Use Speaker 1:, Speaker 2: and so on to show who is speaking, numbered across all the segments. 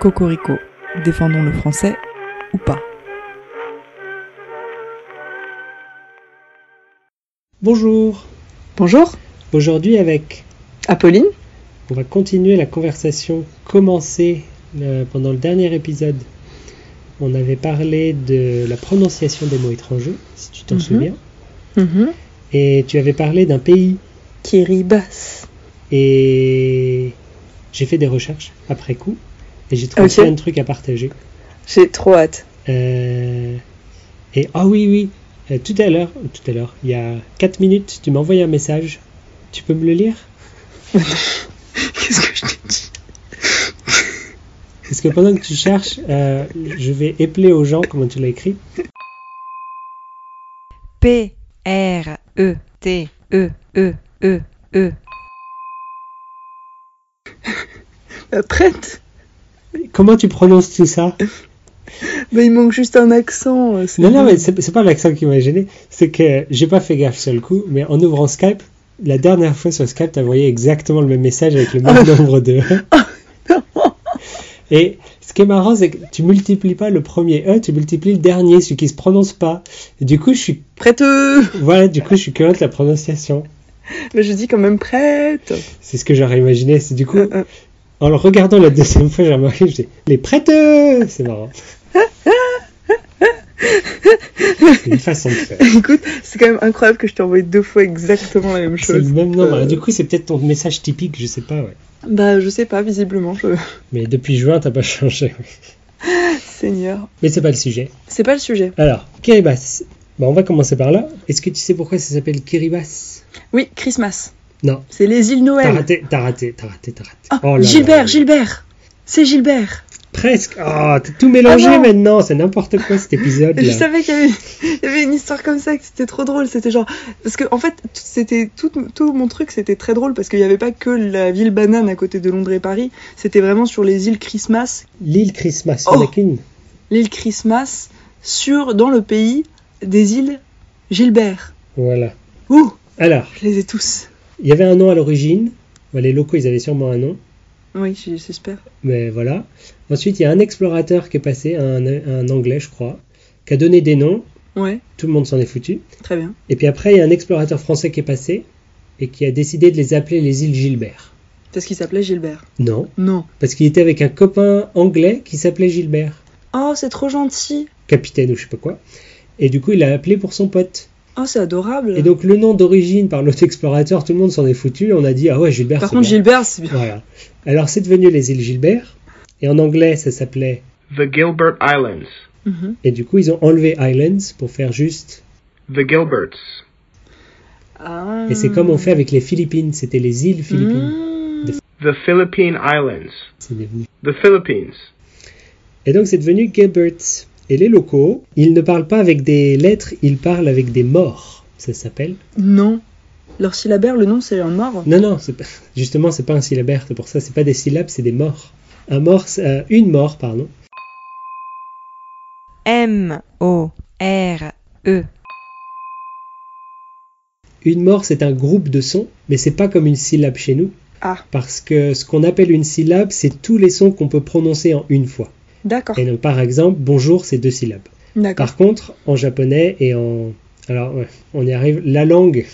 Speaker 1: Cocorico, défendons le français ou pas.
Speaker 2: Bonjour,
Speaker 3: Bonjour,
Speaker 2: aujourd'hui avec,
Speaker 3: Apolline.
Speaker 2: on va continuer la conversation commencée euh, pendant le dernier épisode. On avait parlé de la prononciation des mots étrangers, si tu t'en
Speaker 3: Mhm.
Speaker 2: souviens,
Speaker 3: Mm-hmm.
Speaker 2: et tu avais parlé d'un pays.
Speaker 3: Kiribati.
Speaker 2: Et j'ai fait des recherches après coup, et j'ai trouvé
Speaker 3: Ok.
Speaker 2: plein de trucs à partager.
Speaker 3: J'ai trop hâte.
Speaker 2: Euh, et ah oui, oui, euh, tout à l'heure, tout à l'heure, il y a 4 minutes, tu m'as envoyé un message. Tu peux me le lire
Speaker 3: Qu'est-ce que je t'ai dit
Speaker 2: Parce que pendant que tu cherches, euh, je vais épeler aux gens comment tu l'as écrit.
Speaker 1: P R E T E E E E.
Speaker 3: La traite
Speaker 2: Comment tu prononces tout ça
Speaker 3: Bah, il manque juste un accent. euh, c'est
Speaker 2: Non, non,
Speaker 3: bon.
Speaker 2: mais c'est c'est pas l'accent qui m'a gêné. C'est que j'ai pas fait gaffe sur le coup, mais en ouvrant Skype, la dernière fois sur Skype, t'as envoyé exactement le même message avec le même nombre de. E. Et ce qui est marrant, c'est que tu multiplies pas le premier E, tu multiplies le dernier, celui qui se prononce pas. Et du coup, je suis,
Speaker 3: Prêteux
Speaker 2: voilà, du coup, je suis curieux de la prononciation.
Speaker 3: Mais je dis quand même prête
Speaker 2: C'est ce que j'aurais imaginé. C'est du coup,
Speaker 3: Euh, euh,
Speaker 2: En le regardant la deuxième fois, j'ai remarqué, je dis, les prêteux C'est marrant. C'est une façon de faire.
Speaker 3: Écoute, c'est quand même incroyable que je t'ai envoyé deux fois exactement la même
Speaker 2: C'est le
Speaker 3: chose.
Speaker 2: même nom.
Speaker 3: Euh.
Speaker 2: Du coup, c'est peut-être ton message typique, je sais pas, ouais.
Speaker 3: Bah, je sais pas, visiblement, je...
Speaker 2: Mais depuis juin, t'as pas changé.
Speaker 3: Seigneur.
Speaker 2: Mais c'est pas le sujet.
Speaker 3: C'est pas le sujet.
Speaker 2: Alors, Kiribati. Bah, on va commencer par là. Est-ce que tu sais pourquoi ça s'appelle Kiribati
Speaker 3: Oui, Christmas.
Speaker 2: Non.
Speaker 3: C'est les îles
Speaker 2: T'as
Speaker 3: Noël.
Speaker 2: raté, t'as raté, t'as raté, t'as raté.
Speaker 3: Ah,
Speaker 2: Oh là là
Speaker 3: Gilbert,
Speaker 2: là là.
Speaker 3: Gilbert C'est Gilbert
Speaker 2: Presque. Ah, t'as tout mélangé
Speaker 3: Ah non.
Speaker 2: maintenant. C'est n'importe quoi cet épisode.
Speaker 3: Je savais qu'il y, avait- il y avait une histoire comme ça, que c'était trop drôle. C'était genre. Parce que, en fait, tout- c'était tout, tout mon truc, c'était très drôle parce qu'il n'y avait pas que la ville banane à côté de Londres et Paris. C'était vraiment sur les îles Christmas.
Speaker 2: L'île Christmas,
Speaker 3: Oh.
Speaker 2: on a qu'une.
Speaker 3: L'île Christmas, sur, dans le pays des îles Gilbert.
Speaker 2: Voilà.
Speaker 3: Ouh,
Speaker 2: Alors.
Speaker 3: je les ai tous.
Speaker 2: Il y avait un nom à l'origine. Bon, les locaux, ils avaient sûrement un nom.
Speaker 3: Oui, j- j'espère.
Speaker 2: Mais voilà. Ensuite, il y a un explorateur qui est passé, un, un anglais, je crois, qui a donné des noms.
Speaker 3: Ouais,
Speaker 2: Tout le monde s'en est foutu.
Speaker 3: très bien.
Speaker 2: Et puis après, il y a un explorateur français qui est passé et qui a décidé de les appeler les îles Gilbert.
Speaker 3: Parce qu'il s'appelait Gilbert.
Speaker 2: Non,
Speaker 3: Non.
Speaker 2: parce qu'il était avec un copain anglais qui s'appelait Gilbert,
Speaker 3: Oh, c'est trop gentil.
Speaker 2: capitaine ou je sais pas quoi. Et du coup, il l'a appelé pour son pote.
Speaker 3: Oh, c'est adorable.
Speaker 2: Et donc, le nom d'origine par l'autre explorateur, tout le monde s'en est foutu. On a dit, ah ouais, Gilbert,
Speaker 3: Par
Speaker 2: c'est
Speaker 3: contre,
Speaker 2: bien.
Speaker 3: Gilbert, c'est bien.
Speaker 2: Voilà. Alors, c'est devenu les îles Gilbert. Et en anglais, ça s'appelait
Speaker 4: The Gilbert Islands.
Speaker 3: Mhm.
Speaker 2: Et du coup, ils ont enlevé Islands pour faire juste.
Speaker 4: The Gilberts.
Speaker 3: Ah.
Speaker 2: Et c'est comme on fait avec les Philippines. C'était les îles Philippines.
Speaker 3: Mmh.
Speaker 4: The Philippine Islands.
Speaker 2: C'est devenu.
Speaker 4: The Philippines.
Speaker 2: Et donc, c'est devenu Gilberts. Et les locaux, ils ne parlent pas avec des lettres, ils parlent avec des morts. Ça s'appelle.
Speaker 3: Non. Leur syllabaire, le nom, c'est un mort.
Speaker 2: Non, non, c'est pas- justement, c'est pas un syllabaire. C'est pour ça, c'est pas des syllabes, c'est des morts. Un mort, c'est- euh, une mort, pardon.
Speaker 1: M O R E.
Speaker 2: Une mort, c'est un groupe de sons, mais c'est pas comme une syllabe chez nous.
Speaker 3: Ah.
Speaker 2: Parce que ce qu'on appelle une syllabe, c'est tous les sons qu'on peut prononcer en une fois.
Speaker 3: D'accord.
Speaker 2: Et donc, par exemple, bonjour, c'est deux syllabes.
Speaker 3: D'accord.
Speaker 2: Par contre, en japonais et en. Alors, ouais, on y arrive. La langue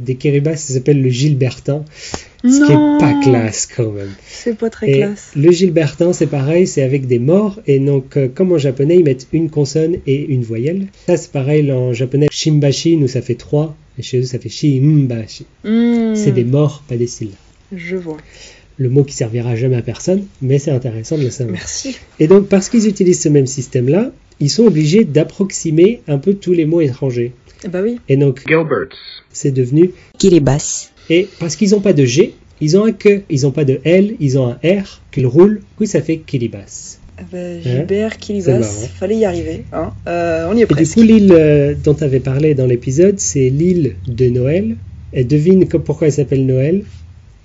Speaker 2: des Kiribati ça s'appelle le gilbertin, ce qui
Speaker 3: Non.
Speaker 2: est pas classe quand même.
Speaker 3: C'est pas très
Speaker 2: et
Speaker 3: classe.
Speaker 2: le gilbertin, c'est pareil, c'est avec des morts. Et donc, euh, comme en japonais, ils mettent une consonne et une voyelle. Ça, c'est pareil en japonais. Shimbashi, nous, ça fait trois. Et chez eux, ça fait shimbashi.
Speaker 3: Mmh.
Speaker 2: C'est des morts, pas des syllabes.
Speaker 3: Je vois.
Speaker 2: Le mot qui servira jamais à personne, mais c'est intéressant de le savoir.
Speaker 3: Merci.
Speaker 2: Et donc, parce qu'ils utilisent ce même système-là, ils sont obligés d'approximer un peu tous les mots étrangers.
Speaker 3: Eh bah oui.
Speaker 2: Et donc,
Speaker 4: Gilberts.
Speaker 2: c'est devenu
Speaker 1: Kiribati.
Speaker 2: et parce qu'ils n'ont pas de G, ils ont un que, ils n'ont pas de L, ils ont un R qu'ils roulent, du coup ça fait Kiribati.
Speaker 3: Eh bah, Gilbert,
Speaker 2: C'est
Speaker 3: Kiribati,
Speaker 2: marrant.
Speaker 3: fallait y arriver. Hein. Euh, on y est
Speaker 2: Et du
Speaker 3: presque.
Speaker 2: coup l'île euh, dont tu avais parlé dans l'épisode, c'est l'île de Noël. Et devine que- pourquoi elle s'appelle Noël,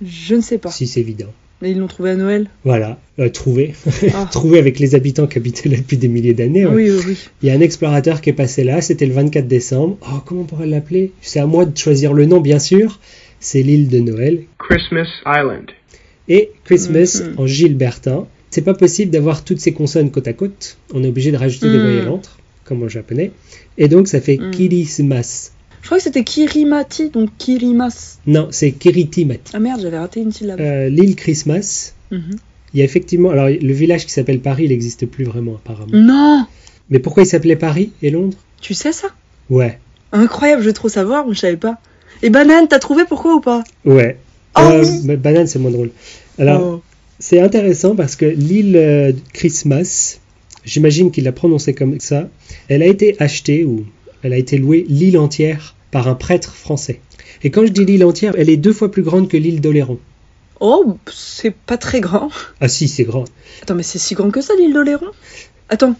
Speaker 3: Je ne sais pas.
Speaker 2: si c'est évident.
Speaker 3: Mais ils l'ont trouvé à Noël.
Speaker 2: Voilà, euh, trouvé.
Speaker 3: Ah.
Speaker 2: trouvé avec les habitants qui habitaient là depuis des milliers d'années. ouais.
Speaker 3: Oui, oui, oui.
Speaker 2: Il y a un explorateur qui est passé là, c'était le 24 décembre. Oh, comment on pourrait l'appeler C'est à moi de choisir le nom, bien sûr. C'est l'île de Noël.
Speaker 4: Christmas Island.
Speaker 2: Et Christmas
Speaker 3: Mhm.
Speaker 2: en gilbertin, C'est pas possible d'avoir toutes ces consonnes côte à côte. On est obligé de rajouter des
Speaker 3: Mm.
Speaker 2: voyelles entre, comme en japonais. Et donc ça fait
Speaker 3: Mm.
Speaker 2: kirismas.
Speaker 3: Je crois que c'était Kirimati, donc Kirimas.
Speaker 2: Non, c'est kiritimati.
Speaker 3: Ah merde, j'avais raté une syllabe.
Speaker 2: Euh, L'île Christmas,
Speaker 3: Mhm.
Speaker 2: il y a effectivement. Alors le village qui s'appelle Paris, il n'existe plus vraiment apparemment.
Speaker 3: Non
Speaker 2: Mais pourquoi il s'appelait Paris et Londres
Speaker 3: Tu sais ça
Speaker 2: Ouais,
Speaker 3: Incroyable, je veux trop savoir, mais je savais pas. Et Banane, t'as trouvé pourquoi ou pas
Speaker 2: ouais.
Speaker 3: Oh
Speaker 2: Euh,
Speaker 3: oui
Speaker 2: mais banane, c'est moins drôle. Alors,
Speaker 3: Oh.
Speaker 2: C'est intéressant parce que l'île euh, Christmas, j'imagine qu'il l'a prononcée comme ça, elle a été achetée ou elle a été louée l'île entière par un prêtre français. Et quand je dis l'île entière, elle est deux fois plus grande que l'île d'Oléron.
Speaker 3: Oh, c'est pas très grand.
Speaker 2: Ah si, c'est grand.
Speaker 3: Attends, mais c'est si grand que ça, l'île d'Oléron Attends.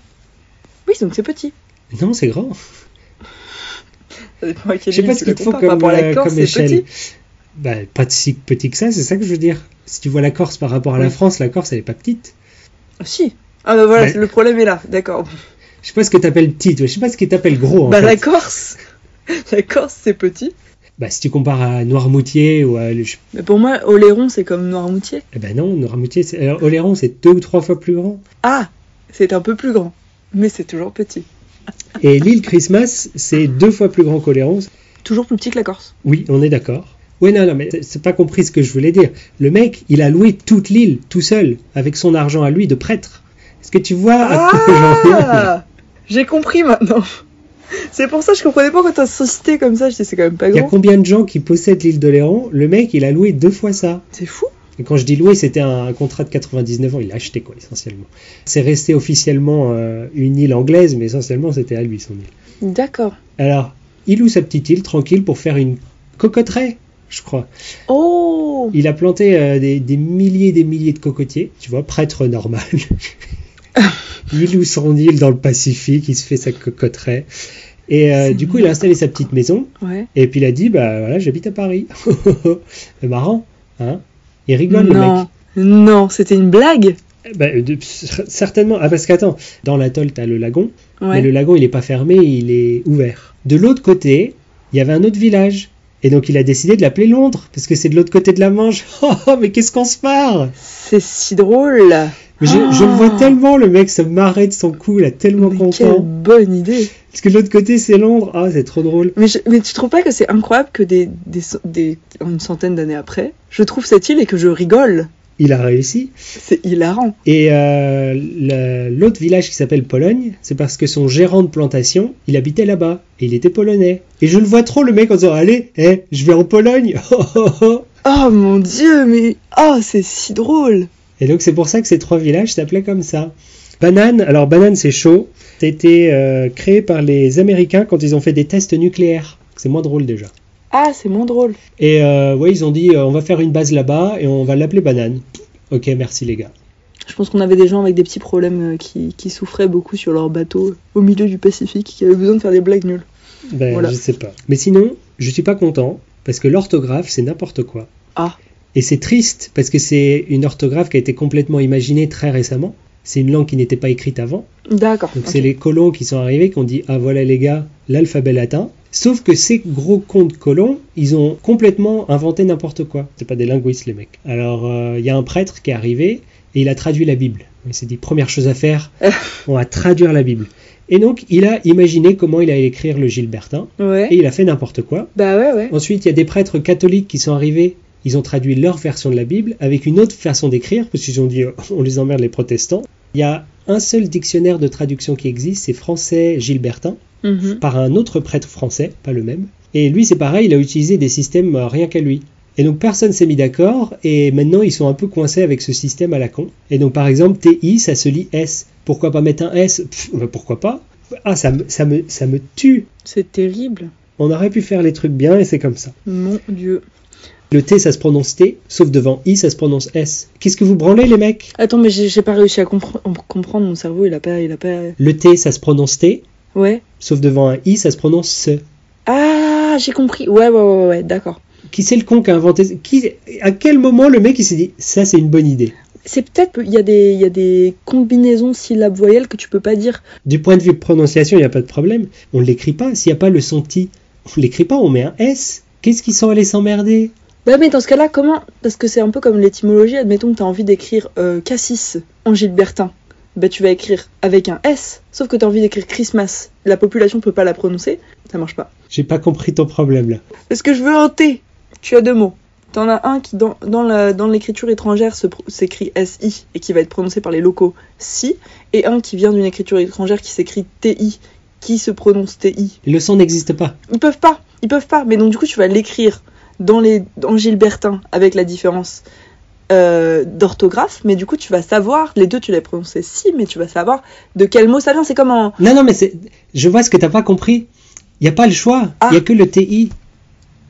Speaker 3: Oui, donc c'est petit.
Speaker 2: Non, c'est grand.
Speaker 3: Ça dépend à quelle
Speaker 2: Je sais pas
Speaker 3: île
Speaker 2: ce
Speaker 3: tu la
Speaker 2: qu'il te faut
Speaker 3: compares. Par
Speaker 2: comme,
Speaker 3: rapport à
Speaker 2: euh,
Speaker 3: la Corse,
Speaker 2: comme
Speaker 3: c'est
Speaker 2: échelle.
Speaker 3: petit.
Speaker 2: Bah, pas de si petit que ça, c'est ça que je veux dire. Si tu vois la Corse par rapport à la
Speaker 3: Oui.
Speaker 2: France, la Corse, elle est pas petite.
Speaker 3: Ah si. Ah bah voilà,
Speaker 2: Mais-
Speaker 3: le problème est là, d'accord.
Speaker 2: Je sais pas ce que t'appelles petite, ouais, je sais pas ce que t'appelles gros. En
Speaker 3: Bah
Speaker 2: fait.
Speaker 3: la Corse La Corse, c'est petit.
Speaker 2: Bah, si tu compares à Noirmoutier ou à... je-
Speaker 3: Mais pour moi, Oléron, c'est comme Noirmoutier.
Speaker 2: Eh ben non, Noirmoutier, c'est... alors, Oléron, c'est deux ou trois fois plus grand.
Speaker 3: Ah C'est un peu plus grand, mais c'est toujours petit.
Speaker 2: Et l'île Christmas, c'est deux fois plus grand qu'Oléron.
Speaker 3: Toujours plus petit que la Corse.
Speaker 2: Oui, on est d'accord. Ouais, non, non, mais c'est- c'est pas compris ce que je voulais dire. Le mec, il a loué toute l'île, tout seul, avec son argent à lui de prêtre. Est-ce que tu vois à quoi j'en viens
Speaker 3: Ah J'ai compris maintenant. C'est pour ça que je comprenais pas quand t'as cité comme ça, je dis c'est quand même pas
Speaker 2: Il y a
Speaker 3: grand.
Speaker 2: combien de gens qui possèdent l'île d'Oléron Le mec, il a loué deux fois ça.
Speaker 3: C'est fou.
Speaker 2: Et quand je dis loué, c'était un contrat de 99 ans. Il l'a acheté, quoi, essentiellement. C'est resté officiellement euh, une île anglaise, mais essentiellement, c'était à lui, son île.
Speaker 3: D'accord.
Speaker 2: Alors, il loue sa petite île, tranquille, pour faire une cocotteraie, je crois.
Speaker 3: Oh
Speaker 2: Il a planté euh, des, des milliers et des milliers de cocotiers, tu vois, prêtre normal. il loue son île dans le Pacifique, il se fait sa cocotteraie. Et euh,
Speaker 3: C'est
Speaker 2: du coup, il a installé sa petite maison,
Speaker 3: Ouais.
Speaker 2: et puis il a dit, bah voilà, j'habite à Paris. C'est marrant, hein Il rigole, le
Speaker 3: Non.
Speaker 2: mec.
Speaker 3: Non, c'était une blague
Speaker 2: Eh ben, euh, de- pff, certainement. Ah, parce qu'attends, dans l'atoll, t'as le lagon, mais
Speaker 3: Ouais.
Speaker 2: le lagon, il n'est pas fermé, il est ouvert. De l'autre côté, il y avait un autre village. Et donc, il a décidé de l'appeler Londres, parce que c'est de l'autre côté de la Manche. Oh, oh, mais qu'est-ce qu'on se marre
Speaker 3: C'est si drôle
Speaker 2: Mais je, je le vois
Speaker 3: Ah.
Speaker 2: tellement, le mec se marrait de son coup, là, tellement
Speaker 3: Mais quelle
Speaker 2: content.
Speaker 3: bonne idée
Speaker 2: Parce que de l'autre côté, c'est Londres. Ah, c'est trop drôle.
Speaker 3: mais, je- mais tu trouves pas que c'est incroyable que des, des, des- une centaine d'années après, je trouve cette île et que je rigole
Speaker 2: Il a réussi.
Speaker 3: C'est hilarant
Speaker 2: Et euh, le- l'autre village qui s'appelle Pologne, c'est parce que son gérant de plantation, il habitait là-bas. Et il était polonais. Et je le vois trop, le mec, en disant Allez, eh, je vais en Pologne. Oh, oh, oh.
Speaker 3: Oh mon dieu, mais oh, c'est si drôle
Speaker 2: Et donc, c'est pour ça que ces trois villages s'appelaient comme ça. Banane, alors banane, c'est chaud. Ça a été euh, créé par les Américains quand ils ont fait des tests nucléaires. C'est moins drôle déjà.
Speaker 3: Ah, c'est moins drôle
Speaker 2: Et euh, ouais, ils ont dit euh, on va faire une base là-bas et on va l'appeler Banane. Ok, merci les gars.
Speaker 3: Je pense qu'on avait des gens avec des petits problèmes euh, qui, qui souffraient beaucoup sur leur bateau euh, au milieu du Pacifique, qui avaient besoin de faire des blagues nulles.
Speaker 2: Ben,
Speaker 3: Voilà.
Speaker 2: je sais pas. Mais sinon, je suis pas content parce que l'orthographe, c'est n'importe quoi.
Speaker 3: Ah.
Speaker 2: Et c'est triste parce que c'est une orthographe qui a été complètement imaginée très récemment. C'est une langue qui n'était pas écrite avant.
Speaker 3: D'accord.
Speaker 2: Donc
Speaker 3: ok.
Speaker 2: c'est les colons qui sont arrivés qui ont dit ah voilà les gars, l'alphabet latin. Sauf que ces gros cons de colons, ils ont complètement inventé n'importe quoi. C'est pas des linguistes les mecs. Alors euh, il y a un prêtre qui est arrivé et il a traduit la Bible. Il s'est dit première chose à faire, on va traduire la Bible. Et donc il a imaginé comment il allait écrire le Gilbertin et
Speaker 3: Ouais.
Speaker 2: il a fait n'importe quoi.
Speaker 3: Bah ouais, ouais.
Speaker 2: Ensuite il y a des prêtres catholiques qui sont arrivés. Ils ont traduit leur version de la Bible avec une autre façon d'écrire, parce qu'ils ont dit euh, on les emmerde les protestants. Il y a un seul dictionnaire de traduction qui existe, c'est français Gilbertin,
Speaker 3: Mhm.
Speaker 2: par un autre prêtre français, pas le même. Et lui, c'est pareil, il a utilisé des systèmes euh, rien qu'à lui. Et donc personne s'est mis d'accord, et maintenant ils sont un peu coincés avec ce système à la con. Et donc par exemple, TI, ça se lit S. Pourquoi pas mettre un S Pff, bah, Pourquoi pas Ah, ça me, ça, me, ça me tue
Speaker 3: C'est terrible.
Speaker 2: On aurait pu faire les trucs bien, et c'est comme ça.
Speaker 3: Mon dieu.
Speaker 2: Le T, ça se prononce T, sauf devant I, ça se prononce S. Qu'est-ce que vous branlez, les mecs
Speaker 3: Attends, mais j'ai j'ai pas réussi à compre- à comprendre. Mon cerveau, il a pas, il a pas.
Speaker 2: Le T, ça se prononce T,
Speaker 3: Ouais.
Speaker 2: sauf devant un I, ça se prononce SE.
Speaker 3: Ah, j'ai compris. Ouais, ouais, ouais, ouais, ouais, d'accord.
Speaker 2: Qui c'est le con qui a inventé qui, À quel moment le mec il s'est dit ça c'est une bonne idée
Speaker 3: C'est peut-être il y a des, il y a des combinaisons syllabes voyelles que tu peux pas dire.
Speaker 2: Du point de vue prononciation, il n'y a pas de problème. On ne l'écrit pas. S'il n'y a pas le son ti, on ne l'écrit pas, on met un S. Qu'est-ce qu'ils sont allés s'emmerder
Speaker 3: Bah mais dans ce cas-là, comment Parce que c'est un peu comme l'étymologie, admettons que t'as envie d'écrire euh, Cassis en Gilbertin. Bah tu vas écrire avec un S, sauf que t'as envie d'écrire Christmas. La population peut pas la prononcer, ça marche pas.
Speaker 2: J'ai pas compris ton problème là.
Speaker 3: Parce que je veux un T Tu as deux mots. T'en as un qui dans, dans la- dans l'écriture étrangère se pro- s'écrit SI et qui va être prononcé par les locaux SI, et un qui vient d'une écriture étrangère qui s'écrit TI, qui se prononce TI.
Speaker 2: Le son n'existe pas.
Speaker 3: Ils peuvent pas, ils peuvent pas. Mais donc du coup, tu vas l'écrire dans les dans Gilbertin avec la différence euh, d'orthographe, mais du coup, tu vas savoir les deux, tu les prononcé si, mais tu vas savoir de quel mot ça vient. C'est comme en
Speaker 2: Non, non, mais c'est... je vois ce que t'as pas compris. Il n'y a pas le choix. Il
Speaker 3: Ah.
Speaker 2: n'y a que le TI.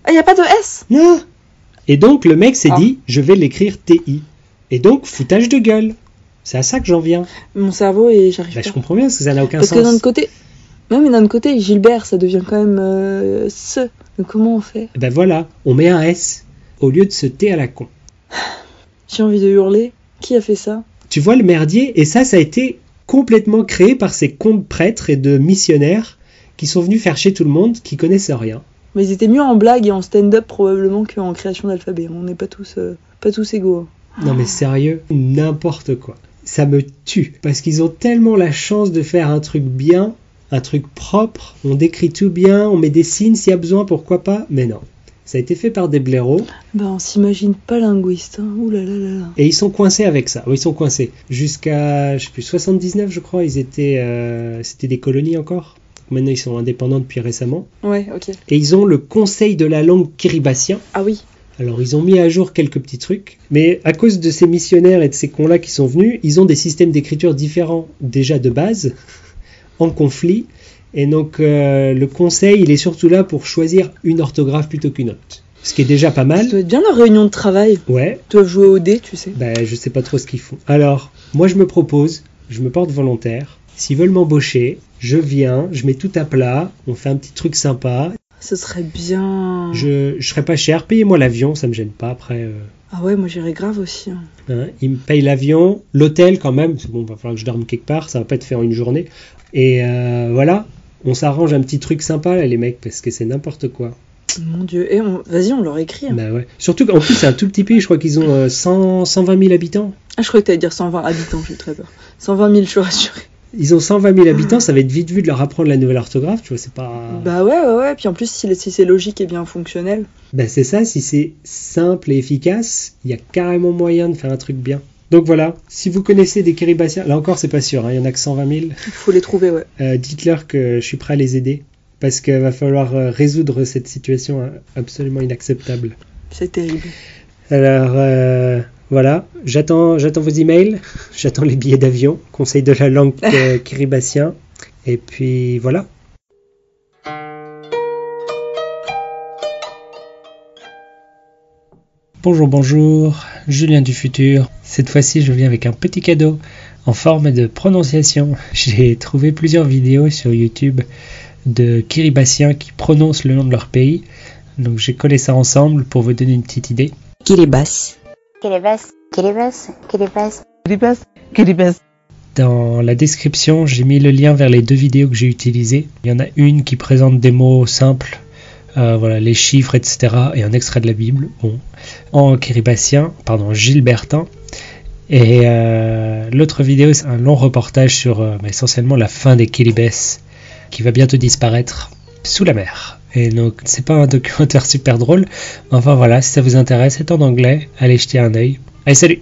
Speaker 3: ah, y a pas de S.
Speaker 2: Non Et donc le mec s'est
Speaker 3: Ah.
Speaker 2: dit, je vais l'écrire TI. Et donc, foutage de gueule. C'est à ça que j'en viens.
Speaker 3: Mon cerveau et j'arrive
Speaker 2: Bah,
Speaker 3: pas.
Speaker 2: je comprends bien, parce que ça n'a aucun
Speaker 3: Parce que d'un
Speaker 2: sens.
Speaker 3: autre côté, non mais d'un autre côté, Gilbert, ça devient quand même euh, ce. Donc comment on fait
Speaker 2: Ben voilà, on met un S au lieu de ce T à la con.
Speaker 3: J'ai envie de hurler. Qui a fait ça
Speaker 2: Tu vois le merdier, et ça, ça a été complètement créé par ces cons de prêtres et de missionnaires qui sont venus faire chier tout le monde, qui connaissent rien.
Speaker 3: Mais ils étaient mieux en blague et en stand-up probablement qu'en création d'alphabet. On n'est pas tous euh, pas tous égaux. hein.
Speaker 2: Non mais sérieux, n'importe quoi. Ça me tue, parce qu'ils ont tellement la chance de faire un truc bien, un truc propre, on décrit tout bien, on met des signes s'il y a besoin, pourquoi pas, mais non. Ça a été fait par des blaireaux,
Speaker 3: Bah on s'imagine pas linguiste. Hein. Ouh là là là là.
Speaker 2: et ils sont coincés avec ça. Oui, ils sont coincés. Jusqu'à, je sais plus, 79 je crois, ils étaient, euh, c'était des colonies encore. Maintenant ils sont indépendants depuis récemment.
Speaker 3: Ouais, ok.
Speaker 2: Et ils ont le conseil de la langue kiribatien,
Speaker 3: Ah oui.
Speaker 2: Alors ils ont mis à jour quelques petits trucs, mais à cause de ces missionnaires et de ces cons-là qui sont venus, ils ont des systèmes d'écriture différents déjà de base, en conflit, et donc euh, le conseil il est surtout là pour choisir une orthographe plutôt qu'une autre. Ce qui est déjà pas
Speaker 3: Ça
Speaker 2: mal.
Speaker 3: doit être bien leur réunion de travail.
Speaker 2: Ouais,
Speaker 3: Ils doivent jouer au dé, tu sais.
Speaker 2: ben je sais pas trop ce qu'ils font. Alors, moi je me propose, je me porte volontaire, s'ils veulent m'embaucher, je viens, je mets tout à plat, on fait un petit truc sympa,
Speaker 3: Ce serait bien.
Speaker 2: je, je serai pas cher, payez-moi l'avion, ça me gêne pas après... euh,
Speaker 3: Ah ouais, moi j'irais grave aussi. hein.
Speaker 2: Hein, il me paye l'avion, l'hôtel quand même, parce que bon, va falloir que je dorme quelque part, ça va pas être faire une journée. Et euh, voilà, on s'arrange un petit truc sympa là, les mecs, parce que c'est n'importe quoi.
Speaker 3: Mon dieu. Et on... vas-y, on leur écrit. hein.
Speaker 2: Bah ouais. Surtout qu'en plus, c'est un tout petit pays, je crois qu'ils ont euh, 100, 120 000 habitants.
Speaker 3: Ah, je croyais que t'allais dire 120 habitants, j'ai eu très peur. 120 000, je suis rassurée.
Speaker 2: Ils ont 120 000 habitants, ça va être vite vu de leur apprendre la nouvelle orthographe, tu vois, c'est pas.
Speaker 3: Bah ouais, ouais, ouais. Puis en plus, si, si c'est logique et bien fonctionnel.
Speaker 2: Ben, c'est ça, si c'est simple et efficace, il y a carrément moyen de faire un truc bien. Donc voilà, si vous connaissez des Kiribatiens, là encore, c'est pas sûr, hein, il y en a que 120 000.
Speaker 3: Il faut les trouver, ouais.
Speaker 2: Euh, dites-leur que je suis prêt à les aider parce qu'il va falloir euh, résoudre cette situation euh, absolument inacceptable.
Speaker 3: C'est terrible.
Speaker 2: Alors euh, voilà, j'attends, j'attends vos emails, j'attends les billets d'avion, conseil de la langue euh, kiribatien, et puis voilà. Bonjour, bonjour, Julien du futur. Cette fois-ci, je viens avec un petit cadeau en forme de prononciation. J'ai trouvé plusieurs vidéos sur YouTube de kiribatiens qui prononcent le nom de leur pays. Donc j'ai collé ça ensemble pour vous donner une petite idée.
Speaker 1: Kiribati.
Speaker 5: Kiribati, Kiribati, Kiribati.
Speaker 2: Dans la description, j'ai mis le lien vers les deux vidéos que j'ai utilisées. Il y en a une qui présente des mots simples, euh, voilà, les chiffres, etc. et un extrait de la Bible, bon, en kiribatien, pardon, gilbertin. Et euh, l'autre vidéo, c'est un long reportage sur euh, bah, essentiellement la fin des Kiribès, qui va bientôt disparaître sous la mer. Et donc, c'est pas un documentaire super drôle. mais Enfin voilà, si ça vous intéresse, c'est en anglais. Allez jeter un œil. Allez, salut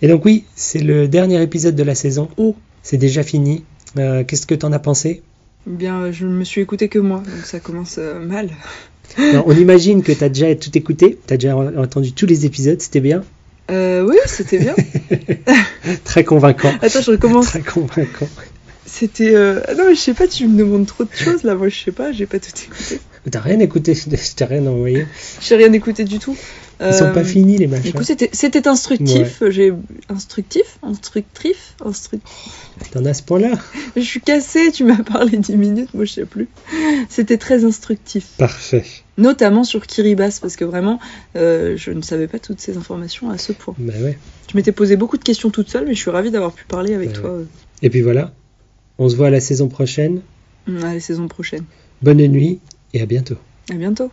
Speaker 2: Et donc oui, c'est le dernier épisode de la saison.
Speaker 3: Oh.
Speaker 2: C'est déjà fini. Euh, Qu'est-ce que t'en as pensé
Speaker 3: Eh Bien, euh, je me suis écouté que moi, donc ça commence euh, mal.
Speaker 2: Non, On imagine que t'as déjà tout écouté, t'as déjà entendu tous les épisodes, c'était bien.
Speaker 3: Euh, oui, c'était bien.
Speaker 2: Très convaincant.
Speaker 3: Attends, je recommence.
Speaker 2: Très convaincant.
Speaker 3: C'était. euh, ah non, mais je sais pas, tu me demandes trop de choses là. Moi, je sais pas, j'ai pas tout écouté.
Speaker 2: T'as rien écouté, je t'ai rien envoyé.
Speaker 3: J'ai rien écouté du tout.
Speaker 2: Ils sont
Speaker 3: Euh,
Speaker 2: pas finis les
Speaker 3: Du
Speaker 2: machins.
Speaker 3: coup, c'était- c'était instructif. J'ai instructif, instructif, instructif.
Speaker 2: T'en as à ce point-là
Speaker 3: Je suis cassée. Tu m'as parlé 10 minutes, moi je sais plus. C'était très instructif,
Speaker 2: Parfait.
Speaker 3: notamment sur Kiribati parce que vraiment, euh, je ne savais pas toutes ces informations à ce point.
Speaker 2: Bah ouais.
Speaker 3: Je m'étais posé beaucoup de questions toute seule, mais je suis ravie d'avoir pu parler avec
Speaker 2: Ouais.
Speaker 3: toi euh,
Speaker 2: Et puis voilà. On se voit à la saison prochaine.
Speaker 3: à la saison prochaine.
Speaker 2: Bonne nuit et à bientôt.
Speaker 3: À bientôt.